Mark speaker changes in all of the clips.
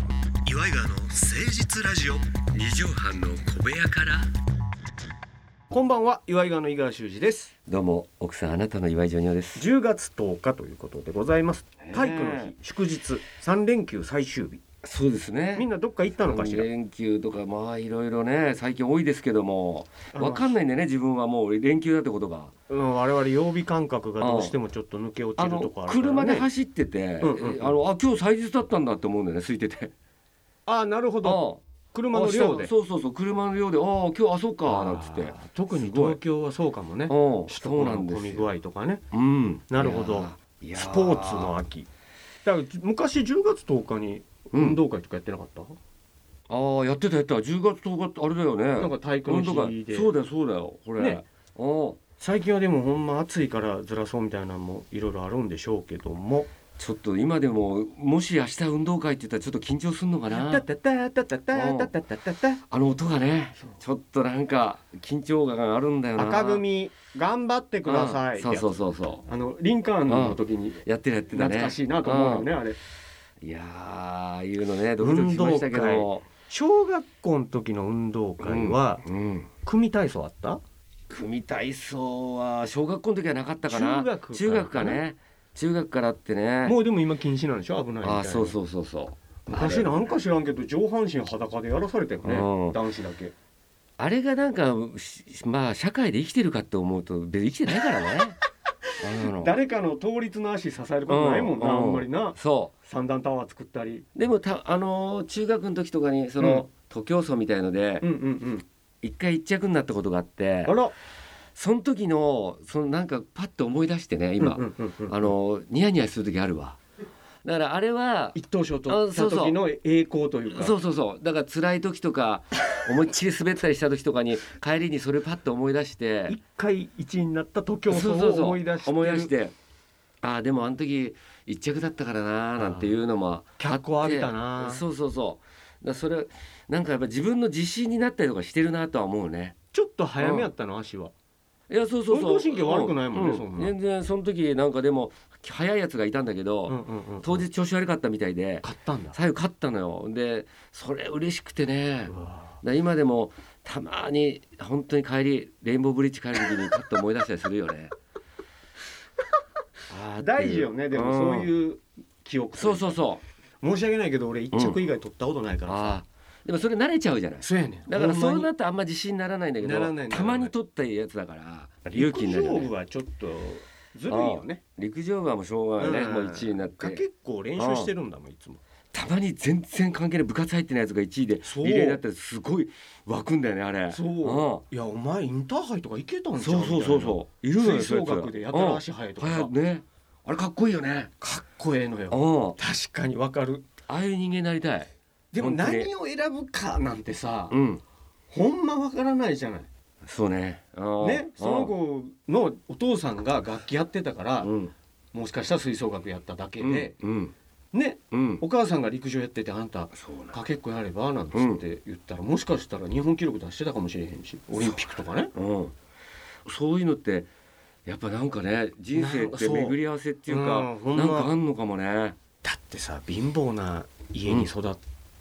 Speaker 1: イガーの誠実ラジオ
Speaker 2: 二畳半の小部屋から
Speaker 3: こんばんは岩井川の井川修司です
Speaker 2: どうも奥さんあなたの岩井ジョニオです
Speaker 3: 10月10日ということでございます
Speaker 2: へー
Speaker 3: 体育の日祝日3連休最終日
Speaker 2: そうですね
Speaker 3: みんなどっか行ったのかしら
Speaker 2: 連休とかまあいろいろね最近多いですけども
Speaker 3: あの
Speaker 2: わかんないんでね自分はもう連休だってことが
Speaker 3: うん我々曜日感覚がどうしてもちょっと抜け落ち
Speaker 2: あ
Speaker 3: る
Speaker 2: の
Speaker 3: とこあるから、ね、
Speaker 2: 車で走ってて、
Speaker 3: うんうんうん
Speaker 2: あのあ今日祭日だったんだって思うんだよね空いてて
Speaker 3: あなるほ
Speaker 2: あ
Speaker 3: ど車の量で
Speaker 2: あそうそうそう車の量でああ今日あそうかなんつって
Speaker 3: あー特に
Speaker 2: すごい
Speaker 3: 東京はそうかもね
Speaker 2: うん
Speaker 3: 首
Speaker 2: そ
Speaker 3: 都
Speaker 2: うな
Speaker 3: の
Speaker 2: んで
Speaker 3: 混
Speaker 2: す
Speaker 3: み
Speaker 2: よ
Speaker 3: 具合とかね
Speaker 2: うん
Speaker 3: なるほど
Speaker 2: いやー
Speaker 3: スポーツの秋だから昔10月10日に
Speaker 2: うん
Speaker 3: 運動会とかやってなかった、
Speaker 2: ああやってたやってた10月10日ってあれだよね
Speaker 3: なんか体育の
Speaker 2: 運動
Speaker 3: 日
Speaker 2: 会
Speaker 3: で
Speaker 2: そうだよそうだよこれ、
Speaker 3: ね
Speaker 2: おう
Speaker 3: 最近はでもほんま暑いからずらそうみたいなのもいろいろあるんでしょうけども
Speaker 2: ちょっと今でももし明日運動会って言ったらちょっと緊張するのかな
Speaker 3: タタタタタタタタタ
Speaker 2: あの音がねちょっとなんか緊張感があるんだよな
Speaker 3: 赤組頑張ってください
Speaker 2: うんそうそううそうそ
Speaker 3: あのリンカーンの時に
Speaker 2: うやってるやってたね
Speaker 3: 懐かしいなと思うよねあれ
Speaker 2: うんいやーああいうのねドキドキしましたけど
Speaker 3: 小学校の時の運動会は
Speaker 2: うん
Speaker 3: 組体操あった
Speaker 2: 組体操は小学校の時はなかったか
Speaker 3: 中
Speaker 2: な
Speaker 3: 学から
Speaker 2: かね中学からあってね
Speaker 3: もうでも今禁止なんでしょ危ないみたい
Speaker 2: あ
Speaker 3: な
Speaker 2: あそうそうそうそう
Speaker 3: 昔なんか知らんけど上半身裸でやらされたよね
Speaker 2: うん
Speaker 3: 男子だけ
Speaker 2: あれがなんかしまあ社会で生きてるかって思うと別に生きてないからね あんなの
Speaker 3: 誰かの倒立の足支えることないもんな
Speaker 2: う
Speaker 3: あ
Speaker 2: うん
Speaker 3: まりな
Speaker 2: そ
Speaker 3: 三段タワー作ったり
Speaker 2: うでもたあのー中学の時とかにそ
Speaker 3: うん
Speaker 2: の、徒競走みたいので
Speaker 3: うんうんうん
Speaker 2: 一回一着になったことがあって
Speaker 3: あら
Speaker 2: その時のそのなんかパッと思い出してね今、
Speaker 3: うんうんうんうん
Speaker 2: あのーニヤニヤする時あるわだからあれは
Speaker 3: 一等賞取った時の栄光というか
Speaker 2: そうそうそうだから辛い時とか思いっきり滑ったりした時とかに帰りにそれパッと思い出 して
Speaker 3: 一回一位になった徒競走
Speaker 2: そう
Speaker 3: を
Speaker 2: そうそう
Speaker 3: 思い出して
Speaker 2: 思い出してああでもあの時一着だったからなーなんていうのもあって
Speaker 3: 脚光浴びたな
Speaker 2: そうそうそうだからそれなんかやっぱ自分の自信になったりとかしてるなとは思うね
Speaker 3: ちょっと早めやったの足は、
Speaker 2: いやそうそうそう
Speaker 3: 運動神経悪くないもんね
Speaker 2: う
Speaker 3: そんな
Speaker 2: 全然その時なんかでも早いやつがいたんだけど、
Speaker 3: うんうんうん
Speaker 2: 当日調子悪かったみたいで
Speaker 3: 買ったんだ
Speaker 2: 最後勝ったのよでそれ嬉しくてね
Speaker 3: うわ
Speaker 2: だから今でもたまに本当に帰りレインボーブリッジ帰る時にパッと思い出したりするよ ねあーっていう
Speaker 3: 大事よねでも
Speaker 2: ん
Speaker 3: そういう記憶
Speaker 2: そうそうそう
Speaker 3: 申し訳ないけど俺一着以外取ったことないからさ、
Speaker 2: あーでもそれ慣れちゃうじゃない
Speaker 3: そうやねん
Speaker 2: だから
Speaker 3: ほんま
Speaker 2: そ
Speaker 3: に
Speaker 2: うなったらあんま自信にならないんだけ
Speaker 3: なら
Speaker 2: ど
Speaker 3: ない
Speaker 2: たまに取ったやつだから勇気になる
Speaker 3: 陸
Speaker 2: よ
Speaker 3: 上
Speaker 2: ね
Speaker 3: 部はちょっとずるいよね
Speaker 2: 陸上部はもうしょうがないね
Speaker 3: うん
Speaker 2: もう1位になっ
Speaker 3: が
Speaker 2: て
Speaker 3: 結構練習してるんだもんいつも
Speaker 2: たまに全然関係ない部活入ってないやつが1位で
Speaker 3: そう
Speaker 2: リレーだったらすごい湧くんだよねあれ
Speaker 3: そういやお前インターハイとか行けた
Speaker 2: うんん
Speaker 3: ちゃう
Speaker 2: そうそうそうそういるのよ
Speaker 3: 吹奏楽でやたら足速いとかさ
Speaker 2: 早ねあれかっこいいよね
Speaker 3: かっこええの
Speaker 2: う
Speaker 3: よ
Speaker 2: ん
Speaker 3: 確かにわかる
Speaker 2: ああいう人間になりたい
Speaker 3: でも
Speaker 2: 本当に
Speaker 3: 何を選ぶかなんてさ
Speaker 2: うん
Speaker 3: ほんまわからないじゃない
Speaker 2: そうねうん
Speaker 3: ねその
Speaker 2: うん
Speaker 3: 子のお父さんが楽器やってたから
Speaker 2: うん
Speaker 3: もしかしたら吹奏楽やっただけ
Speaker 2: うん
Speaker 3: で
Speaker 2: うん
Speaker 3: ね
Speaker 2: うん
Speaker 3: お母さんが陸上やっててあんた
Speaker 2: そうなん
Speaker 3: かけっこやればなんつって言ったらもしかしたら日本記録出してたかもしれへんしオリンピックとかね
Speaker 2: うん、そういうのってやっぱなんかね人生
Speaker 3: なん
Speaker 2: っ
Speaker 3: か
Speaker 2: て
Speaker 3: そう
Speaker 2: 巡り合わせっていう
Speaker 3: う
Speaker 2: か
Speaker 3: んほ
Speaker 2: なんん,、
Speaker 3: ま
Speaker 2: かあんのかもね
Speaker 3: だってさ貧乏な家に育っ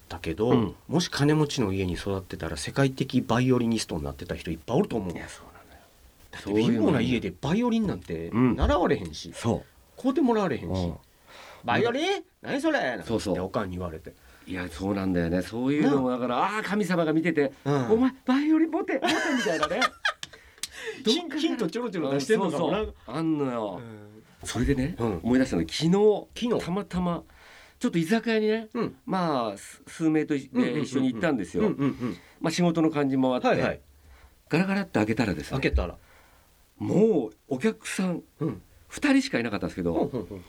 Speaker 3: たけど、
Speaker 2: うん
Speaker 3: もし金持ちの家に育ってたら世界的バイオリニストになってた人いっぱいおると思うだっ
Speaker 2: そうなんだよ
Speaker 3: て貧乏な家でバイオリンなんて
Speaker 2: うん
Speaker 3: 習われへんし、
Speaker 2: そ
Speaker 3: 買うてもらわれへ
Speaker 2: う、
Speaker 3: んし、バイオリン何それなんて
Speaker 2: そうそう
Speaker 3: おかんに言われて
Speaker 2: いやそうなんだよねそういうのもだからああー神様が見てて、
Speaker 3: うん
Speaker 2: お前バイオリン持て持てみた いなねどっ
Speaker 3: ヒ
Speaker 2: か
Speaker 3: ン
Speaker 2: から
Speaker 3: ヒントちょろちょろ出してんのかもな
Speaker 2: うんそうそうあんの
Speaker 3: う
Speaker 2: よ、
Speaker 3: ん
Speaker 2: それでね、
Speaker 3: うん
Speaker 2: 思い出したの昨日
Speaker 3: 昨日
Speaker 2: たまたまちょっと居酒屋にね
Speaker 3: うん
Speaker 2: まあす数名とい
Speaker 3: うんうんうんう
Speaker 2: で
Speaker 3: ん
Speaker 2: 一緒に行ったんです
Speaker 3: うんう
Speaker 2: よ
Speaker 3: ん
Speaker 2: まあ仕事の感じもあ
Speaker 3: うん
Speaker 2: って、
Speaker 3: はいはい
Speaker 2: ガラガラって開けたらですね
Speaker 3: 開けたら
Speaker 2: もうお客さん
Speaker 3: うん
Speaker 2: 2人しかいなかったんです
Speaker 3: ほ
Speaker 2: け
Speaker 3: ん
Speaker 2: ど
Speaker 3: ほんほんほん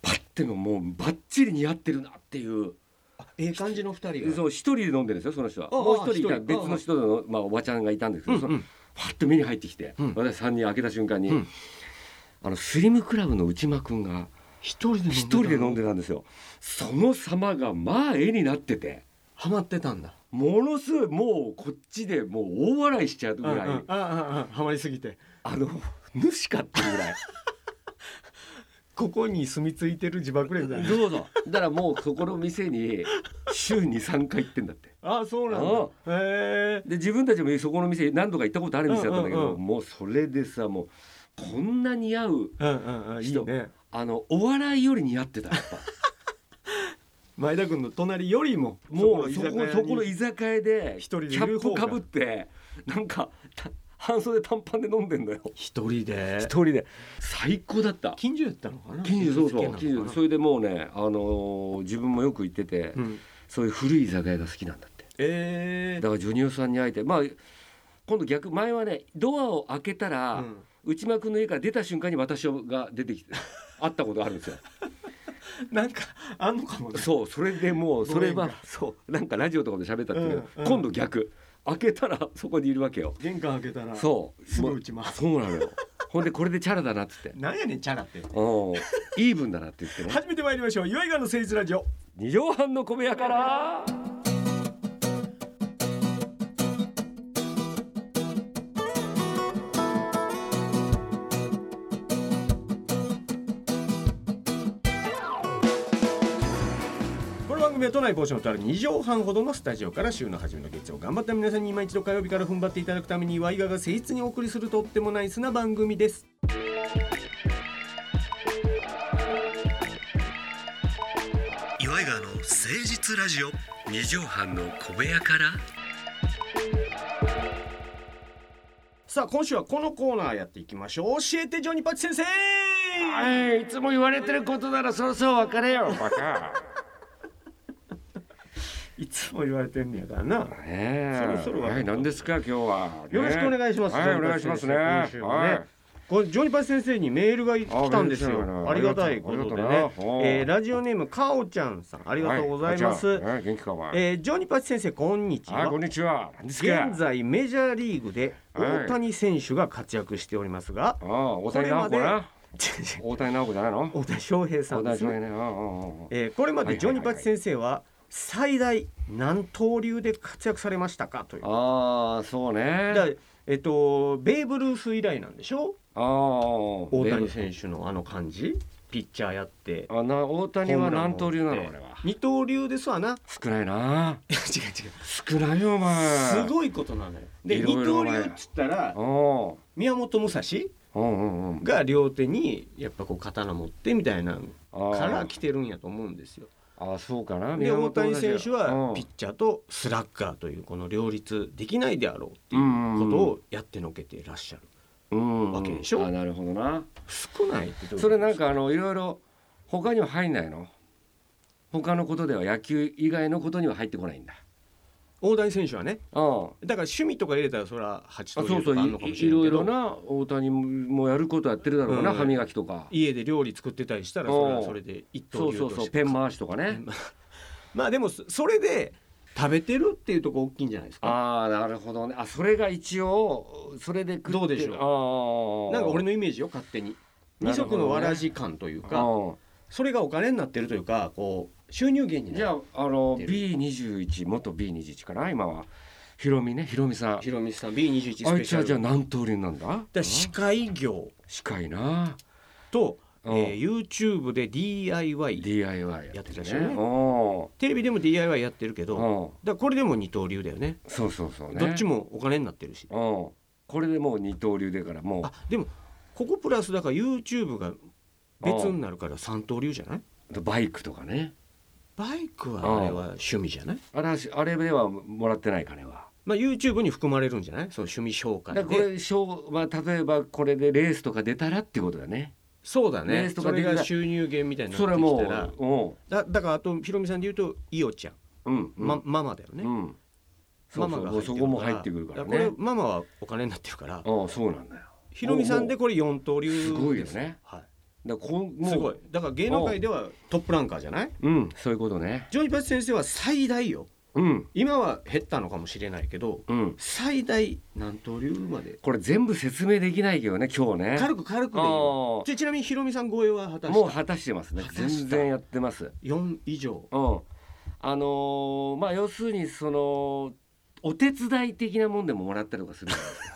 Speaker 2: パッてももうバッチリ似合ってるなっていう
Speaker 3: あええ感じの二人が
Speaker 2: そう1人で飲んでるんですよその人は
Speaker 3: ああ
Speaker 2: もう1人い
Speaker 3: 一
Speaker 2: た
Speaker 3: 人
Speaker 2: 別の人のまあおばちゃんがいたんですけ
Speaker 3: うん
Speaker 2: ど
Speaker 3: う
Speaker 2: その
Speaker 3: ん
Speaker 2: パッと目に入ってきて
Speaker 3: うん
Speaker 2: 私3人開けた瞬間に
Speaker 3: うん
Speaker 2: あのスリムクラブの内間くんが
Speaker 3: 一人で飲んでた
Speaker 2: 1人で飲んでたんですよその様がまあ絵になってて
Speaker 3: ハマってたんだ
Speaker 2: ものすごいもうこっちでもう大笑いしちゃうぐらい
Speaker 3: ああああハマりすぎて
Speaker 2: あの主かっていうぐらい
Speaker 3: ここに住み着いてる自爆連じゃない
Speaker 2: どうぞだからもうそこの店に週に3回行ってんだって
Speaker 3: ああそうなんだ
Speaker 2: うん
Speaker 3: へえ
Speaker 2: で自分たちもそこの店何度か行ったことある店だったんだけど、
Speaker 3: うんうんうん
Speaker 2: もうそれでさもうこんなに合う
Speaker 3: うんうんうんいいね
Speaker 2: あのお笑いより似合ってたやっぱ
Speaker 3: 前田君の隣よりも
Speaker 2: もうそこ
Speaker 3: の居酒屋に
Speaker 2: そこの居酒屋で
Speaker 3: 一人でい
Speaker 2: キャ
Speaker 3: る
Speaker 2: ッ
Speaker 3: 方
Speaker 2: プ
Speaker 3: が
Speaker 2: かぶってなんかた半袖短パンで飲んでんのよ
Speaker 3: 一人
Speaker 2: 一
Speaker 3: で
Speaker 2: 人で最高だった
Speaker 3: 近所やったのかな
Speaker 2: 近所そうそう
Speaker 3: 近所
Speaker 2: 近
Speaker 3: なの
Speaker 2: 所
Speaker 3: か
Speaker 2: それでもうねあのー自分もよく行ってて、
Speaker 3: なうん
Speaker 2: そういう古い居酒屋が好きなんだって
Speaker 3: ええ
Speaker 2: だからジョニオさんに会えてまあ今度逆前はねドアを開けたら、
Speaker 3: うん
Speaker 2: 内間君の家から出た瞬間に私が出てきて 会ったことがあるんですよ。
Speaker 3: なんかあんのかもね
Speaker 2: そうそれでもうそれ
Speaker 3: ご
Speaker 2: は
Speaker 3: 縁
Speaker 2: そうなんかラジオとかで喋ったんだけど、
Speaker 3: うんうん
Speaker 2: 今度逆開けたらそこにいるわけよ。
Speaker 3: 玄関開けたら
Speaker 2: そう
Speaker 3: すぐ
Speaker 2: もう
Speaker 3: 打ちます
Speaker 2: そうなのよ。ほんでこれでチャラだなっつって。
Speaker 3: なんやねんチャラって
Speaker 2: うんイーブンだなって言ってね。
Speaker 3: 始めてまいりましょう岩井川の誠実ラジオ
Speaker 2: 二畳半の小部屋から。
Speaker 3: この番組は都内某所のとある2畳半ほどのスタジオから週の初めの月曜頑張った皆さんに今一度火曜日から踏ん張っていただくために岩井川が誠実にお送りするとってもナイスな番組です
Speaker 1: 岩井川の誠実ラジオ
Speaker 2: 二畳半の小部屋から。
Speaker 3: さあ今週はこのコーナーやっていきましょう教えてジョニパチ先生
Speaker 2: い、いつも言われてることならそろそろ別れよバカ。
Speaker 3: いつも言われてんねやからな
Speaker 2: ねえ。
Speaker 3: そろそろ別れ
Speaker 2: はい何ですか今日は。ね
Speaker 3: よろしくお願いします、
Speaker 2: はいお願いしますね。
Speaker 3: 今週もね
Speaker 2: はい。
Speaker 3: これジョニパチ先生にメールが来たんです
Speaker 2: あメール来た
Speaker 3: よ
Speaker 2: よ
Speaker 3: あ
Speaker 2: ね
Speaker 3: りがたいことで
Speaker 2: ありが
Speaker 3: ね
Speaker 2: とうなおう
Speaker 3: えーラジオネームかおちゃんさんありがとうございます、
Speaker 2: はいじゃあね元気かお前。
Speaker 3: えージョニパチ先生こんにち
Speaker 2: はい
Speaker 3: は
Speaker 2: こんにちは。何ですか。
Speaker 3: 現在メジャーリーグで
Speaker 2: はい
Speaker 3: 大谷選手が活躍しておりますが、
Speaker 2: ああ大谷直子
Speaker 3: これま
Speaker 2: な。大谷直子じゃないの。
Speaker 3: 大谷翔平さ
Speaker 2: 大
Speaker 3: んで
Speaker 2: 谷
Speaker 3: す
Speaker 2: 翔
Speaker 3: ね、
Speaker 2: 平ね。うんうんうん。
Speaker 3: えーこれま
Speaker 2: は
Speaker 3: で
Speaker 2: い
Speaker 3: ジョニパチ先生は最大何刀流で活躍されましたかという
Speaker 2: ああそうね。
Speaker 3: だえっとベーブ・ルース以来なんでしょ
Speaker 2: ああ
Speaker 3: 大谷選手のあの感じピッチャーやって
Speaker 2: あな大谷は何刀流な
Speaker 3: ホ
Speaker 2: の
Speaker 3: ーム
Speaker 2: 俺は。
Speaker 3: 二刀流ですわな
Speaker 2: 少ないな。
Speaker 3: 違う違う
Speaker 2: 少ないよお前。
Speaker 3: すごいことなのよ
Speaker 2: い
Speaker 3: で
Speaker 2: ろ
Speaker 3: 二
Speaker 2: いろ
Speaker 3: 刀流っつったら
Speaker 2: お
Speaker 3: 宮本武蔵
Speaker 2: ううんうんうん。
Speaker 3: が両手にやっぱこう刀持ってみたいな
Speaker 2: あー
Speaker 3: から来てるんやと思うんですよ
Speaker 2: あそうかな。
Speaker 3: で
Speaker 2: 宮
Speaker 3: 大
Speaker 2: 本同じ
Speaker 3: 谷選手は
Speaker 2: うん
Speaker 3: ピッチャーとスラッガーというこの両立できないであろうってい
Speaker 2: うん
Speaker 3: う
Speaker 2: うん
Speaker 3: ことをやってのけてらっしゃる
Speaker 2: うん
Speaker 3: わけでしょ
Speaker 2: あなるほどな。
Speaker 3: 少ないってどういうこと
Speaker 2: それなんかあのいろいろ他には入んないの。他のことでは野球以外のことには入ってこないんだ。
Speaker 3: 大谷選手はね
Speaker 2: うん。
Speaker 3: だから趣味とか入れたらそれは8
Speaker 2: あ
Speaker 3: と
Speaker 2: そう
Speaker 3: り
Speaker 2: そ
Speaker 3: と
Speaker 2: う
Speaker 3: かあるのかも
Speaker 2: い
Speaker 3: しれ
Speaker 2: い
Speaker 3: ん
Speaker 2: ろ
Speaker 3: け
Speaker 2: いろ
Speaker 3: ど
Speaker 2: な大谷もやることやってるだろうな、
Speaker 3: うん
Speaker 2: 歯磨きとか
Speaker 3: 家で料理作ってたりしたらそれはそれで一
Speaker 2: そ
Speaker 3: 刀
Speaker 2: う
Speaker 3: 流
Speaker 2: そ
Speaker 3: と
Speaker 2: うそ
Speaker 3: し
Speaker 2: う
Speaker 3: て
Speaker 2: ペン回しとかね
Speaker 3: まあでもそそれで食べてるっていうとこ大きいんじゃないですか
Speaker 2: ああなるほどねあそれが一応それで食って
Speaker 3: どうでし
Speaker 2: ょ
Speaker 3: なんか俺のイメージよ勝手に
Speaker 2: な
Speaker 3: 二
Speaker 2: る
Speaker 3: 足
Speaker 2: ほどね
Speaker 3: のわらじ感というか
Speaker 2: の
Speaker 3: それがお金になってるというかこう収入源に
Speaker 2: じ
Speaker 3: なる
Speaker 2: ゃああの
Speaker 3: 出る
Speaker 2: B21 元 B21 かな今はひろみねひろみさん
Speaker 3: ヒロミさん B21 スペシャル
Speaker 2: あいつはじゃあ何通りなんだ
Speaker 3: だ司会業
Speaker 2: 近いな
Speaker 3: と、え
Speaker 2: うん
Speaker 3: ー、YouTube で DIY
Speaker 2: DIY
Speaker 3: やって
Speaker 2: る
Speaker 3: らっしゃるね
Speaker 2: うん
Speaker 3: テレビでも DIY やってるけどだか
Speaker 2: うん
Speaker 3: らこれでも二刀流だよね
Speaker 2: そうそうそうね
Speaker 3: どっちもお金になってるし
Speaker 2: うんこれでもう二刀流だからもう
Speaker 3: あでもここプラスだから YouTube が別になるから三刀流じゃない
Speaker 2: バイクとかね
Speaker 3: バイクはあれは趣味じゃない
Speaker 2: あれはしあれではもらってない金は。
Speaker 3: まあ YouTube に含まれるんじゃないその趣味紹介
Speaker 2: だからこ
Speaker 3: で
Speaker 2: れ賞は例えばこれでレースとか出たらってことだね。
Speaker 3: そうだ
Speaker 2: レー
Speaker 3: ね
Speaker 2: スと
Speaker 3: そ
Speaker 2: かで
Speaker 3: れ
Speaker 2: きない
Speaker 3: が収入源みたいになっ
Speaker 2: それは
Speaker 3: てきたら
Speaker 2: も
Speaker 3: だだからあとひろみさんで言うといおちゃん、
Speaker 2: う、うん、うん、
Speaker 3: ま、ママだよね、
Speaker 2: うん、そ
Speaker 3: マ
Speaker 2: う
Speaker 3: マ
Speaker 2: そう
Speaker 3: が
Speaker 2: もうそこも入ってくるからね。
Speaker 3: これママはお金になってるから
Speaker 2: ああそうなんだよ。
Speaker 3: ひろみさんでこれ四刀流です
Speaker 2: ごいよね。
Speaker 3: は
Speaker 2: だからこん
Speaker 3: い、
Speaker 2: もう
Speaker 3: すごい。だから芸能界ではトップランカーじゃない
Speaker 2: うんそういうことね。
Speaker 3: ジョニーパチ先生は最大よ
Speaker 2: うん
Speaker 3: 今は減ったのかもしれないけど
Speaker 2: うん。
Speaker 3: 最大何刀流まで
Speaker 2: これ全部説明できないけどね今日ね。
Speaker 3: 軽く軽くでいいよ
Speaker 2: あ
Speaker 3: ちょちなみにひろみさん超えは果
Speaker 2: あ
Speaker 3: た
Speaker 2: も
Speaker 3: し
Speaker 2: う
Speaker 3: た
Speaker 2: 果たしてますね
Speaker 3: 果。たした
Speaker 2: 全然やってます。
Speaker 3: 4以上
Speaker 2: うん。あのーまあ要するにそのお手伝い的なもんでももらったりとかするじゃないですか。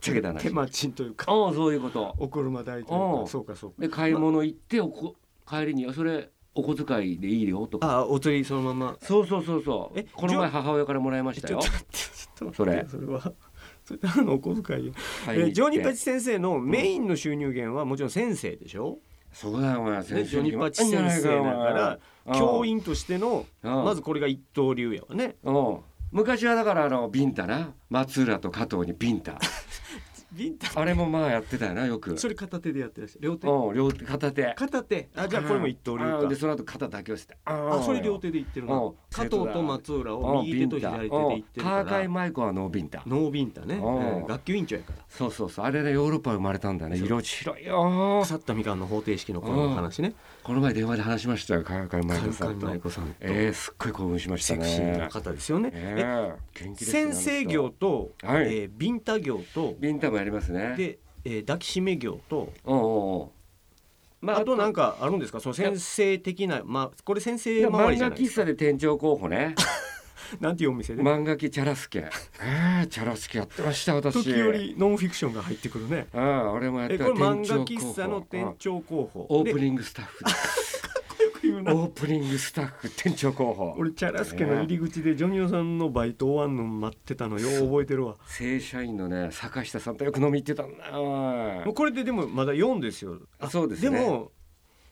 Speaker 2: ちゃけた話
Speaker 3: 手間賃というか
Speaker 2: ああそういうこと
Speaker 3: お車代という
Speaker 2: う
Speaker 3: か
Speaker 2: ん
Speaker 3: そうかそうか
Speaker 2: で買い物行っておこ帰りに「それお小遣いでいいよ」とか
Speaker 3: ああお釣りそのまま
Speaker 2: そうそうそうそう
Speaker 3: え
Speaker 2: この前母親からもらいました
Speaker 3: ちょ
Speaker 2: よ
Speaker 3: っと待って ちょっと待ってそれは それただのお小遣いよ
Speaker 2: 買い
Speaker 3: え
Speaker 2: に行って
Speaker 3: ジョニーパチ先生のメインの収入源はもちろん先生でしょ、
Speaker 2: そうだよお前
Speaker 3: ね、ジョニーパチ先生だから教員としてのま
Speaker 2: ま
Speaker 3: ずこれが一刀流やわね
Speaker 2: うん昔はだからあのビンタな松浦と加藤にビンタ
Speaker 3: ビンタ
Speaker 2: あれもまあやってたよなよく
Speaker 3: それ片手でやってらっしゃる両手
Speaker 2: うん両手片手
Speaker 3: 片手あじゃあこれも一刀
Speaker 2: あーで
Speaker 3: 流か
Speaker 2: その後肩だけをして
Speaker 3: あ
Speaker 2: あ
Speaker 3: それ両
Speaker 2: 手
Speaker 3: 手でいってるな
Speaker 2: うん
Speaker 3: 加藤と松浦を右手と左手でいってるか
Speaker 2: カーカイ
Speaker 3: ら
Speaker 2: マイコはノービンタ
Speaker 3: ノービンタね、え
Speaker 2: うん
Speaker 3: ー学級委員長やから
Speaker 2: そうそうそうあれねヨーロッパ生まれたんだね
Speaker 3: そう
Speaker 2: 色白いよ
Speaker 3: 腐ったみかんの方程式のこの話ね
Speaker 2: この前電話で話しましたよ川上舞
Speaker 3: カ
Speaker 2: 子
Speaker 3: ン
Speaker 2: さ
Speaker 3: カン
Speaker 2: んと
Speaker 3: マイコさんと、
Speaker 2: えー、すっごい興奮しました
Speaker 3: セ
Speaker 2: ね
Speaker 3: クシーな方ですよね、
Speaker 2: えー元気ですね
Speaker 3: 先生業と、
Speaker 2: あの人はい
Speaker 3: えービンタ業と
Speaker 2: ビンタもやりますね
Speaker 3: で、えー抱きしめ業と
Speaker 2: おうおうおうま
Speaker 3: あとなん
Speaker 2: か
Speaker 3: かあるんですかその先生的なまあこれ先生周り
Speaker 2: 漫
Speaker 3: じゃな
Speaker 2: 画
Speaker 3: いで
Speaker 2: 喫
Speaker 3: すか
Speaker 2: 茶で店長候 補ね
Speaker 3: なんていうお店で、
Speaker 2: 漫画喫チャラスケえー、チャラスケやってました私
Speaker 3: 時折ノンフィクションが入ってくるね
Speaker 2: うん俺もやっ
Speaker 3: え
Speaker 2: て
Speaker 3: これ
Speaker 2: た
Speaker 3: 漫画
Speaker 2: 店長候
Speaker 3: 喫
Speaker 2: 補
Speaker 3: 茶の店長候補
Speaker 2: オープ
Speaker 3: で
Speaker 2: ニングスタッフです
Speaker 3: よく言うな
Speaker 2: オープニングスタッフ店長候補
Speaker 3: 俺チャラスケの入り口でジョニオさんのバイト終わんの待ってたのよう覚えてるわ
Speaker 2: 正社員のね坂下さんとよく飲み行ってたんだよ
Speaker 3: もうこれででもまだ4ですよ
Speaker 2: あそうですね
Speaker 3: でも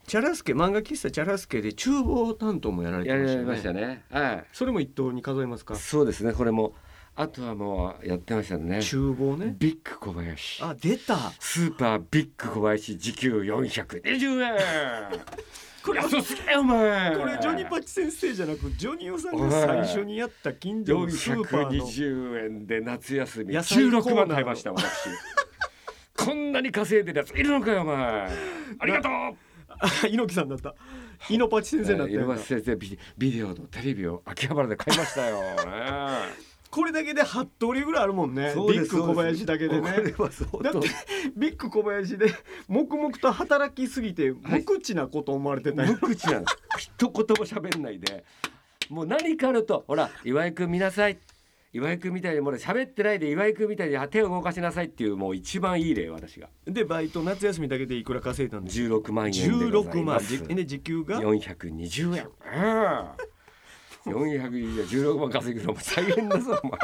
Speaker 3: チャラスケ漫画喫茶チャラスケで厨房担当もやられて
Speaker 2: や
Speaker 3: ました
Speaker 2: り
Speaker 3: よね
Speaker 2: ましたねは
Speaker 3: それも一等に数えますか
Speaker 2: いそうですねこれもあとはもうやってましたね
Speaker 3: 厨房ね
Speaker 2: ビッグ小林
Speaker 3: あ出た
Speaker 2: スーパービッグ小林時給420円
Speaker 3: これ
Speaker 2: 安すぎよお前
Speaker 3: これジョニパチ先生じゃなくジョニオさんが最初にやった近所のスーパーの
Speaker 2: 420円で夏休み
Speaker 3: 野菜コーナー
Speaker 2: 16万買いました私 こんなに稼いでるやついるのかよお前ありがとう
Speaker 3: あ猪木さんだった猪パチ先生だった
Speaker 2: えー
Speaker 3: よ
Speaker 2: 井
Speaker 3: な
Speaker 2: 上先生ビデビデオとテレビを秋葉原で買いましたよ、ね
Speaker 3: これだけで8通りぐらいあるもんね
Speaker 2: そう
Speaker 3: ビ
Speaker 2: で
Speaker 3: ッ
Speaker 2: す
Speaker 3: グ小林だけでね
Speaker 2: これは相当
Speaker 3: だってビッグ小林で黙々と働きすぎて無口なこと思われてたよ、
Speaker 2: 無口なの一言も喋んないでもう何かあるとほら岩井君見なさい岩井君みたいにもうね喋ってないで岩井君みたいに手を動かしなさいっていうもう一番いい例私が
Speaker 3: でバイト夏休みだけでいくら稼いだんです
Speaker 2: 16万円でござ
Speaker 3: 16
Speaker 2: いま
Speaker 3: 万
Speaker 2: す
Speaker 3: じで時給が
Speaker 2: 420円うん420円16万稼ぐのも大変だぞお前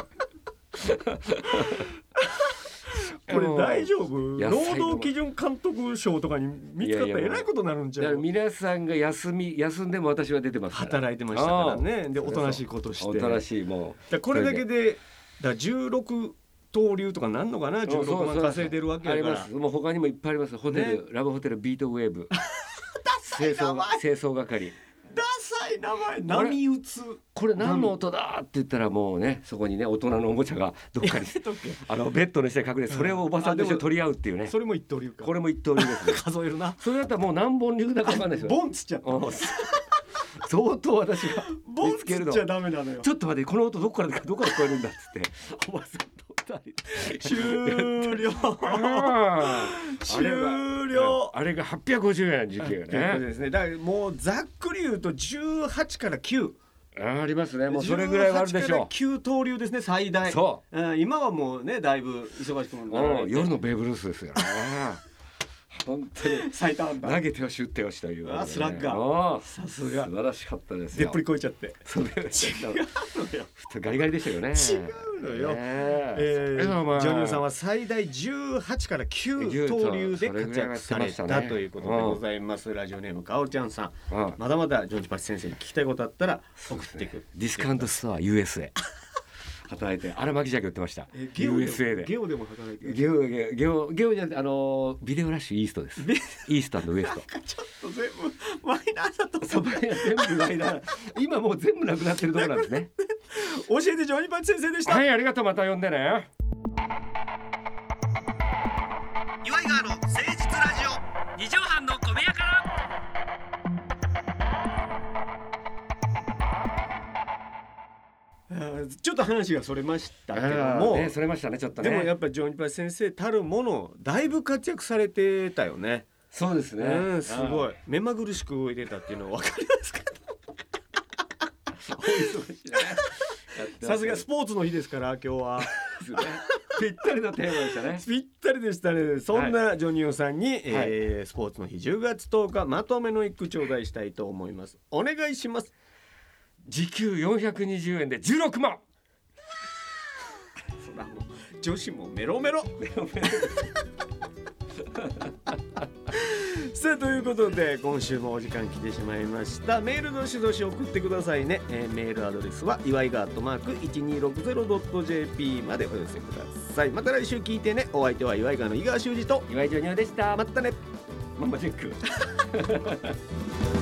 Speaker 3: これ大丈夫
Speaker 2: 野
Speaker 3: 労
Speaker 2: 菜
Speaker 3: 働基準監督賞とかに見つかったら
Speaker 2: いやい
Speaker 3: え
Speaker 2: やもう
Speaker 3: らいことになるんじ
Speaker 2: だ
Speaker 3: ゃ
Speaker 2: から
Speaker 3: う
Speaker 2: 皆さんが休み休んでも私は出てますから
Speaker 3: 働いてましたからねで
Speaker 2: ああ
Speaker 3: おとなしいことして
Speaker 2: おとなしいも
Speaker 3: だからこれだけでだから16刀流とかなんのかな
Speaker 2: う
Speaker 3: 16万稼いでるわけ
Speaker 2: あ
Speaker 3: や
Speaker 2: り
Speaker 3: か
Speaker 2: ま
Speaker 3: ら
Speaker 2: すもう他にもいっぱいありますホテル、ラブホテルビートウェ ーブ清掃清掃係
Speaker 3: ダサい名前波打つ
Speaker 2: これ何の音だって言ったらもうねそこにね大人のおもちゃがどっかに
Speaker 3: とけ
Speaker 2: あのベッドの下に隠れてそれをおばさんと一緒に取り合うっていうね
Speaker 3: それも一刀流か
Speaker 2: これも一刀 流ですね
Speaker 3: 数えるな
Speaker 2: それだったらもう何本流だかわかんないですよ
Speaker 3: ボンつっちゃ
Speaker 2: うん相当私が
Speaker 3: ボン
Speaker 2: 見つ
Speaker 3: つ
Speaker 2: ける
Speaker 3: っ
Speaker 2: の
Speaker 3: ちゃダメなのよ
Speaker 2: ちょっと待ってこの音どこからどこから聞こえるんだっつっておばさんと二人
Speaker 3: 終 了終了
Speaker 2: あれが850円時給
Speaker 3: ということ
Speaker 2: ね
Speaker 3: ですねだからもうざっくり言うと18から9
Speaker 2: あありますねもうそれぐらいはあるでしょ
Speaker 3: 9刀流ですね最大
Speaker 2: そ
Speaker 3: うん今はもうねだいぶ忙しくも
Speaker 2: う
Speaker 3: なら
Speaker 2: う
Speaker 3: れ
Speaker 2: ん
Speaker 3: て
Speaker 2: 夜のベーブ・ルースで すよね本当に
Speaker 3: 最多安
Speaker 2: 投
Speaker 3: 打
Speaker 2: げてよし打ってよしということでね
Speaker 3: あスラッガー
Speaker 2: ああ
Speaker 3: さす
Speaker 2: 素
Speaker 3: が
Speaker 2: 晴らしかったです
Speaker 3: でっ
Speaker 2: よ
Speaker 3: ぷり超えちゃって
Speaker 2: それガリガリでしたよね
Speaker 3: 違うのよ
Speaker 2: ねえ
Speaker 3: え
Speaker 2: それはお
Speaker 3: ー
Speaker 2: 前
Speaker 3: ジョニオさんは最大18から9刀流で活躍されたということでございますラジオネームかおちゃんさん
Speaker 2: うん
Speaker 3: まだまだジョンジパチ先生に聞きたいことあったら送っていく
Speaker 2: ディスカウントストア USA 働いて荒巻ジャケ売ってました
Speaker 3: えゲオでも
Speaker 2: USA で
Speaker 3: ゲオでも働いてる
Speaker 2: ゲオゲオゲオゲオじゃなくてあのービデオラッシュイーストです
Speaker 3: ビ
Speaker 2: イーストウエスト
Speaker 3: ちょっと全部マイナーだと
Speaker 2: そば屋全部ないな今もう全部なくなってるところなんで すね
Speaker 3: 教えてジョニーパチ先生でした
Speaker 2: はいありがとうまた呼んでね
Speaker 1: 岩井川の誠実ラジオ
Speaker 2: 二畳半の米屋から
Speaker 3: あーちょっと話がそれましたけども、
Speaker 2: もうねそれましたねちょっと
Speaker 3: で
Speaker 2: ね
Speaker 3: もやっぱりジョニーパチ先生たるものだいぶ活躍されてたよね
Speaker 2: そうですね
Speaker 3: うんすご
Speaker 2: い
Speaker 3: い目まぐるしく動いてたっていうのは分かりますかさすがスポーツの日ですから今日は
Speaker 2: ポーツねぴったりのテーマでしたね
Speaker 3: ぴったりでしたねそんなジョニオさんに、えースポーツの日10月10日まとめの一句頂戴したいと思いますお願いします
Speaker 2: 時給420円で16万
Speaker 3: そらもう女子もメロメロ さあということで今週もお時間来てしまいましたメールどしどし送ってくださいね、えーメールアドレスは祝いがアットマーク 1260.jp までお寄せくださいまた来週聞いてねお相手は祝いがの井川修司と
Speaker 2: 岩井ジョニオでした
Speaker 3: またね
Speaker 2: ママチェック